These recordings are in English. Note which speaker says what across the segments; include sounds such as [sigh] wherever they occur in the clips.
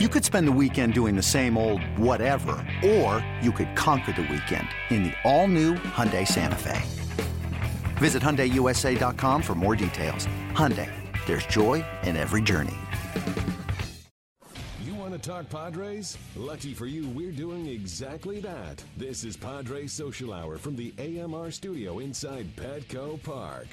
Speaker 1: You could spend the weekend doing the same old whatever, or you could conquer the weekend in the all-new Hyundai Santa Fe. Visit HyundaiUSA.com for more details. Hyundai, there's joy in every journey.
Speaker 2: You want to talk Padres? Lucky for you, we're doing exactly that. This is Padres Social Hour from the AMR studio inside Petco Park.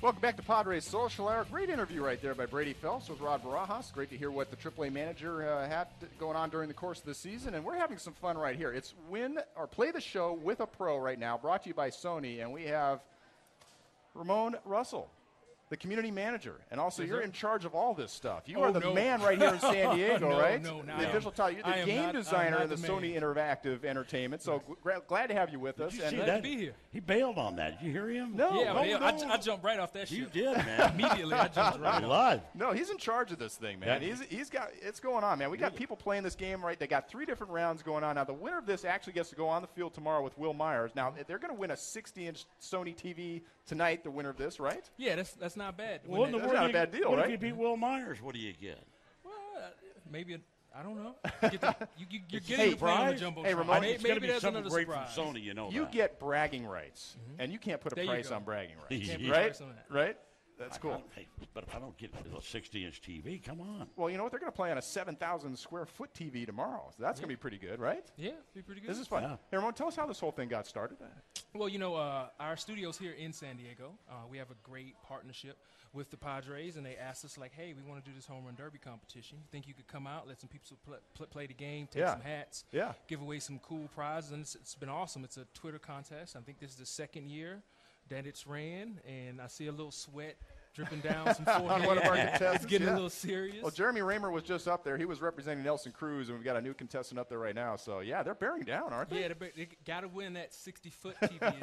Speaker 3: Welcome back to Padres Social Hour. Great interview right there by Brady Phelps with Rod Barajas. Great to hear what the AAA manager uh, had going on during the course of the season, and we're having some fun right here. It's win or play the show with a pro right now, brought to you by Sony, and we have Ramon Russell, the community manager, and also you're in charge of all this stuff. You
Speaker 4: Oh,
Speaker 3: are the
Speaker 4: no.
Speaker 3: man right here in
Speaker 4: [laughs]
Speaker 3: San Diego,
Speaker 4: No,
Speaker 3: right?
Speaker 4: no, no, I
Speaker 3: the
Speaker 4: am-
Speaker 3: official title. You're the
Speaker 4: I am
Speaker 3: game
Speaker 4: not- I'm
Speaker 3: designer
Speaker 4: not
Speaker 3: in the,
Speaker 4: the
Speaker 3: Sony Interactive Entertainment. So gra- glad to have you with us.
Speaker 5: Did you
Speaker 3: and
Speaker 5: see
Speaker 4: Glad to
Speaker 5: that?
Speaker 4: be here.
Speaker 5: He bailed on that. Did you hear him?
Speaker 3: No.
Speaker 4: Yeah, man, I,
Speaker 3: no.
Speaker 4: I jumped right off that
Speaker 5: Oh, You
Speaker 4: ship. [laughs]
Speaker 5: did, man.
Speaker 4: Immediately, I jumped
Speaker 5: [laughs]
Speaker 4: right off.
Speaker 5: Live.
Speaker 3: No, he's in charge of this thing, man.
Speaker 5: Yeah.
Speaker 3: He's, he's got it's going on, man. We got people playing this game right. They got three different rounds going on now. The winner of this actually gets to go on the field tomorrow with Will Myers. Now they're going to win a 60-inch Sony TV tonight. The winner of this, right?
Speaker 4: Yeah, that's that's not bad. When
Speaker 5: What in
Speaker 4: they-
Speaker 5: the
Speaker 3: That's
Speaker 5: world
Speaker 3: not a
Speaker 5: do you-
Speaker 3: bad deal,
Speaker 5: what
Speaker 3: right?
Speaker 5: If you beat Will Myers, what do you get?
Speaker 4: well, uh, maybe a, I don't
Speaker 5: [laughs]
Speaker 4: know. You get the- you, you, you're getting to play on the
Speaker 5: surprise?
Speaker 4: jumbo.
Speaker 3: Hey, Ramon,
Speaker 5: I mean, it's gonna
Speaker 4: maybe
Speaker 5: be
Speaker 4: there's
Speaker 5: something
Speaker 4: another
Speaker 5: great
Speaker 4: surprise.
Speaker 5: from Sony, you know.
Speaker 3: You
Speaker 5: that.
Speaker 3: get bragging rights, and you can't put a
Speaker 4: Mm-hmm. There you
Speaker 3: price
Speaker 4: go.
Speaker 3: on bragging rights,
Speaker 4: Can't
Speaker 5: [laughs] [laughs] Yeah.
Speaker 4: be
Speaker 3: right?
Speaker 4: worse than that.
Speaker 3: Right? That's
Speaker 5: I
Speaker 3: cool.
Speaker 5: don't- hey, but if I don't get a 60-inch TV,
Speaker 3: [laughs]
Speaker 5: come on.
Speaker 3: Well, you know what? They're going to play on a 7,000 square foot TV tomorrow. So that's going to be pretty good, right?
Speaker 4: Yeah, it'd be pretty good.
Speaker 3: This is fun.
Speaker 5: Yeah.
Speaker 3: Hey, Ramon, tell us how this whole thing got started.
Speaker 4: Well, you know, uh, our studio's here in San Diego. Uh, we have a great partnership with the Padres, and they asked us, like, hey, we want to do this home run derby competition. You think you could come out, let some people pl- pl- play the game, take
Speaker 3: Yeah.
Speaker 4: some hats,
Speaker 3: Yeah.
Speaker 4: give away some cool prizes? And it's, it's been awesome. It's a Twitter contest. I think this is the second year that it's ran, and I see a little sweat dripping
Speaker 3: [laughs]
Speaker 4: down some
Speaker 3: On
Speaker 4: forehead.
Speaker 3: one of our
Speaker 4: it's
Speaker 3: contestants.
Speaker 4: getting
Speaker 3: yeah.
Speaker 4: a little serious.
Speaker 3: Well, Jeremy Raymer was just up there. He was representing Nelson Cruz, and we've got a new contestant up there right now. So yeah, they're bearing down, aren't they?
Speaker 4: yeah, they, ba- they got to win that 60 foot TV. as you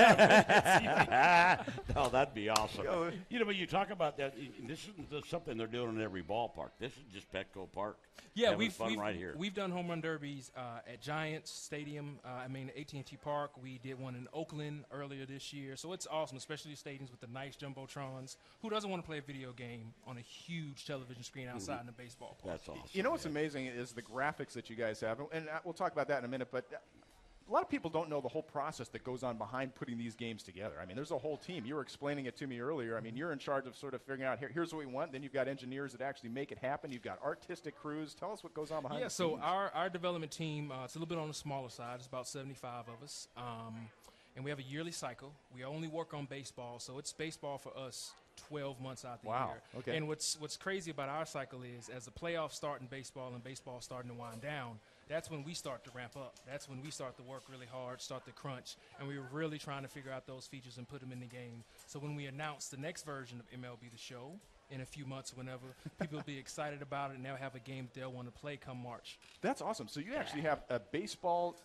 Speaker 4: call it.
Speaker 5: oh, that'd be awesome. You know, when you talk about that, y- this isn't just something they're doing in every ballpark. This is just Petco Park.
Speaker 4: Yeah,
Speaker 5: Having
Speaker 4: we've,
Speaker 5: fun
Speaker 4: we've
Speaker 5: right here.
Speaker 4: we've done home run derbies uh, at Giants Stadium. Uh, I mean, AT&T Park. We did one in Oakland earlier this year. So it's awesome, especially the stadiums with the nice jumbotrons. Who doesn't want to play a video game on a huge television
Speaker 5: Mm-hmm.
Speaker 4: screen outside in a baseball park?
Speaker 5: That's awesome.
Speaker 3: You know what's amazing is the graphics that you guys have, and uh, we'll talk about that in a minute. But a lot of people don't know the whole process that goes on behind putting these games together. I mean, there's a whole team. You were explaining it to me earlier. I mean, you're in charge of sort of figuring out here, here's what we want. Then you've got engineers that actually make it happen. You've got artistic crews. Tell us what goes on behind.
Speaker 4: Yeah,
Speaker 3: the
Speaker 4: so
Speaker 3: scenes.
Speaker 4: our, our development team, uh, it's a little bit on the smaller side. It's about 75 of us. Um, and we have a yearly cycle. We only work on baseball, so it's baseball for us 12 months out the
Speaker 3: Wow,
Speaker 4: year.
Speaker 3: okay.
Speaker 4: And what's, what's crazy about our cycle is as the playoffs start in baseball and baseball starting to wind down, that's when we start to ramp up. That's when we start to work really hard, start to crunch, and we're really trying to figure out those features and put them in the game. So when we announce the next version of MLB The Show in a few months, whenever,
Speaker 5: [laughs]
Speaker 4: people will be excited about it and they'll have a game that they'll want to play come March.
Speaker 3: that's awesome. So you actually have a baseball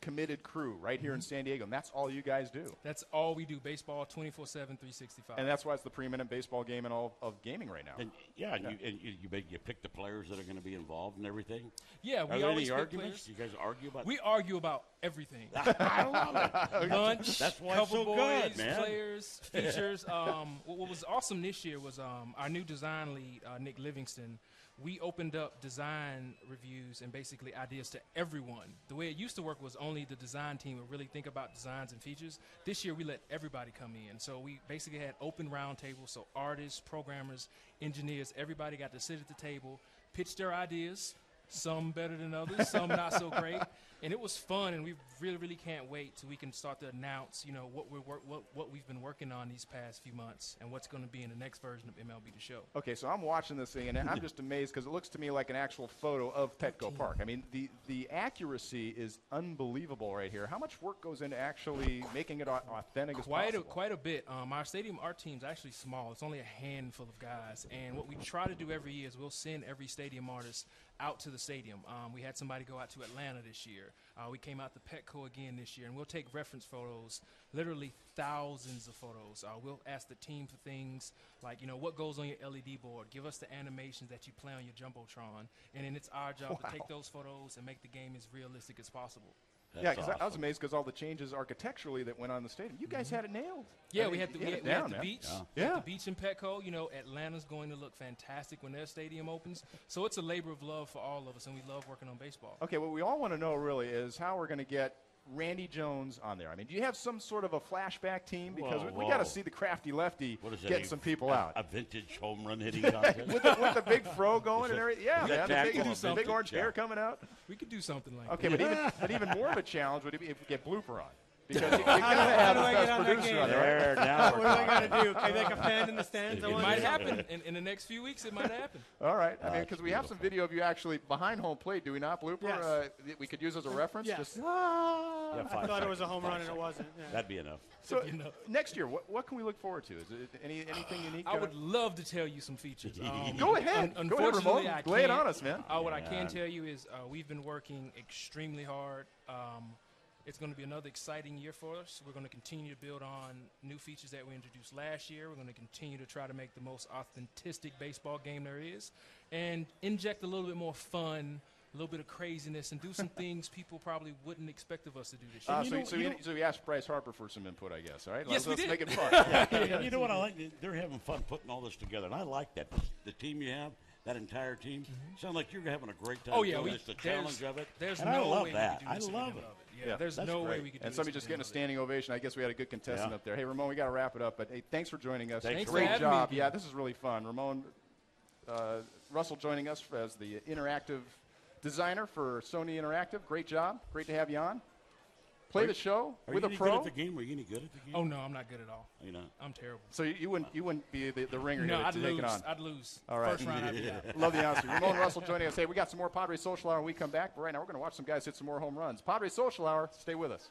Speaker 3: committed crew right here in
Speaker 4: Mm-hmm.
Speaker 3: San Diego, and that's all you guys do.
Speaker 4: That's all we do baseball 24 7, 365.
Speaker 3: And that's why it's the preeminent baseball game in all of gaming right now.
Speaker 5: And yeah, and you and you, you, make- you pick the players that are going to be involved and everything.
Speaker 4: Yeah,
Speaker 5: are
Speaker 4: we
Speaker 5: there
Speaker 4: always
Speaker 5: any
Speaker 4: pick
Speaker 5: arguments?
Speaker 4: players.
Speaker 5: You guys argue about?
Speaker 4: we argue about everything
Speaker 5: [laughs]
Speaker 4: [laughs]
Speaker 5: I love it.
Speaker 4: lunch,
Speaker 5: That's why it's
Speaker 4: cover
Speaker 5: so
Speaker 4: boys,
Speaker 5: good, man. [laughs]
Speaker 4: players, features. Um, what, what was awesome this year was um, our new design lead, uh, Nick Livingston. We opened up design reviews and basically ideas to everyone. The way it used to work was only the design team would really think about designs and features. This year, we let everybody come in. So we basically had open round tables. So artists, programmers, engineers, everybody got to sit at the table, pitch their ideas, some better than others, some not so great. And it was fun, and we really, really can't wait till we can start to announce, you know, what we're work, what what we've been working on these past few months, and what's going to be in the next version of MLB The Show.
Speaker 3: Okay, so I'm watching this thing and
Speaker 5: [laughs]
Speaker 3: I'm just amazed because it looks to me like an actual photo of Petco Park. I mean, the, the accuracy is unbelievable right here. How much work goes into actually making it au- authentic as
Speaker 4: Quite a,
Speaker 3: possible?
Speaker 4: quite a bit. Um, our stadium art team's actually small. It's only a handful of guys. And what we try to do every year is we'll send every stadium artist out to the stadium. Um, we had somebody go out to Atlanta this year. Uh, we came out to Petco again this year, and we'll take reference photos, literally thousands of photos. Uh, we'll ask the team for things like, you know, what goes on your LED board. Give us the animations that you play on your jumbotron, and then it's our job to take those photos and make the game as realistic as possible.
Speaker 5: That's
Speaker 3: yeah, 'cause I- I was
Speaker 5: awesome. Mm-hmm.
Speaker 3: amazed because all the changes architecturally that went on in the stadium. You guys had it nailed.
Speaker 4: Yeah,
Speaker 3: I mean,
Speaker 4: we had the,
Speaker 3: you
Speaker 4: we had,
Speaker 3: it
Speaker 4: we had
Speaker 3: down,
Speaker 4: the
Speaker 3: man.
Speaker 4: beach.
Speaker 3: Yeah.
Speaker 4: we had
Speaker 3: Yeah.
Speaker 4: the beach in Petco. You know, Atlanta's going to look fantastic when their stadium opens. So it's a labor of love for all of us, and we love working on baseball.
Speaker 3: Okay, what we all want to know really is how we're going to get Randy Jones on there. I mean, do you have some sort of a flashback team? Because
Speaker 5: Whoa,
Speaker 3: we, got to
Speaker 5: whoa.
Speaker 3: see the crafty lefty
Speaker 5: What is that,
Speaker 3: get
Speaker 5: a-
Speaker 3: some people
Speaker 5: a-
Speaker 3: out.
Speaker 5: A vintage home run hitting
Speaker 3: [laughs]
Speaker 5: contest.
Speaker 3: with, the, with the big fro going
Speaker 5: Is
Speaker 3: and
Speaker 5: it-
Speaker 3: everything.
Speaker 5: is
Speaker 3: Yeah,
Speaker 5: it
Speaker 3: man, the
Speaker 5: tackle
Speaker 4: or
Speaker 3: big, the big
Speaker 5: something?
Speaker 3: orange
Speaker 5: Yeah.
Speaker 3: hair coming out.
Speaker 4: We could do something like
Speaker 3: Okay,
Speaker 4: that.
Speaker 3: but even but even more of a challenge would be if we get blooper on because you, you gotta have the
Speaker 6: do I get
Speaker 3: best
Speaker 6: on that
Speaker 3: producer
Speaker 6: game?
Speaker 3: on there.
Speaker 5: there,
Speaker 3: [laughs]
Speaker 5: now
Speaker 6: What
Speaker 5: we're
Speaker 6: do I
Speaker 5: talking.
Speaker 6: got to do? Can I make
Speaker 4: [laughs]
Speaker 6: a fan in the stands? I
Speaker 4: It
Speaker 6: wanna
Speaker 4: might
Speaker 6: do something.
Speaker 4: happen in, in the next few weeks. It might happen.
Speaker 3: All right, I mean, because we have some video of you actually behind home plate, do we not? Blooper,
Speaker 6: Yes.
Speaker 3: uh, that we could use as a reference.
Speaker 6: Yes.
Speaker 3: Just,
Speaker 5: Yeah,
Speaker 6: I
Speaker 5: five
Speaker 6: thought it
Speaker 5: seconds,
Speaker 6: was a home
Speaker 5: five
Speaker 6: run and it
Speaker 5: seconds.
Speaker 6: wasn't. yeah.
Speaker 5: That'd be enough.
Speaker 3: so next year, what, what can we look forward to? Is it any anything unique?
Speaker 4: I
Speaker 3: going-
Speaker 4: would love to tell you some features.
Speaker 5: [laughs]
Speaker 4: Um,
Speaker 3: Go ahead.
Speaker 4: un-
Speaker 3: Go ahead,
Speaker 4: unfortunately,
Speaker 3: Ramon.
Speaker 4: I
Speaker 3: Lay it
Speaker 4: can't-
Speaker 3: on us, man.
Speaker 4: Uh, what I can
Speaker 5: Yeah.
Speaker 4: tell you is uh, we've been working extremely hard. Um, it's going to be another exciting year for us. We're going to continue to build on new features that we introduced last year. We're going to continue to try to make the most authentic baseball game there is and inject a little bit more fun, a little bit of craziness, and do
Speaker 5: [laughs]
Speaker 4: some things people probably wouldn't expect of us to do this year.
Speaker 3: Uh,
Speaker 5: you
Speaker 3: so,
Speaker 5: know-
Speaker 3: so,
Speaker 5: you
Speaker 3: we,
Speaker 5: know-
Speaker 3: so we asked Bryce Harper for some input, I guess. All right,
Speaker 4: Yes,
Speaker 3: let's,
Speaker 4: we
Speaker 3: let's
Speaker 4: did.
Speaker 3: make it fun.
Speaker 5: And you know what I like? They're having fun putting all this together, and I like that. The team you have, that entire team, sounds like you're having a great time.
Speaker 4: Mm-hmm. Oh yeah,
Speaker 5: doing
Speaker 4: we,
Speaker 5: this, the
Speaker 4: there's-
Speaker 5: challenge of it.
Speaker 4: There's
Speaker 5: and
Speaker 4: no
Speaker 5: I love
Speaker 4: way
Speaker 5: that.
Speaker 4: we could do this
Speaker 5: I
Speaker 4: if we
Speaker 5: love
Speaker 4: didn't
Speaker 5: it.
Speaker 4: it. Yeah,
Speaker 3: Yeah,
Speaker 4: there's
Speaker 5: that's
Speaker 4: no way
Speaker 5: great.
Speaker 4: we could do
Speaker 3: and
Speaker 4: this
Speaker 3: somebody
Speaker 4: if we
Speaker 3: just
Speaker 4: didn't
Speaker 3: getting a
Speaker 4: love it.
Speaker 3: standing ovation. I guess we had a good contestant
Speaker 5: Yeah.
Speaker 3: up there. Hey, Ramon, we got to wrap it up, but hey, thanks for joining us.
Speaker 5: Thanks for
Speaker 3: Great
Speaker 4: having me
Speaker 3: job.
Speaker 4: again.
Speaker 3: yeah, this is really fun. Ramon uh, Russell joining us as the interactive designer for Sony Interactive. Great job. Great to have you on. Play the show
Speaker 5: Are
Speaker 3: with
Speaker 5: you
Speaker 3: a
Speaker 5: any
Speaker 3: pro.
Speaker 5: good at the game? Were you any good at the game?
Speaker 4: Oh no, I'm not good at all.
Speaker 5: You know.
Speaker 4: I'm terrible.
Speaker 3: so you, you wouldn't you wouldn't be the, the ringer
Speaker 4: No,
Speaker 3: here to,
Speaker 4: I'd
Speaker 3: to take
Speaker 4: lose.
Speaker 3: it on.
Speaker 4: I'd lose.
Speaker 3: All right.
Speaker 4: First
Speaker 3: [laughs]
Speaker 4: round, I'd be out.
Speaker 3: Love
Speaker 5: [laughs]
Speaker 3: the honesty. Ramon Russell joining us. Hey, we got some more Padres Social Hour when we come back. But right now, we're going to watch some guys hit some more home runs. Padres Social Hour. Stay with us.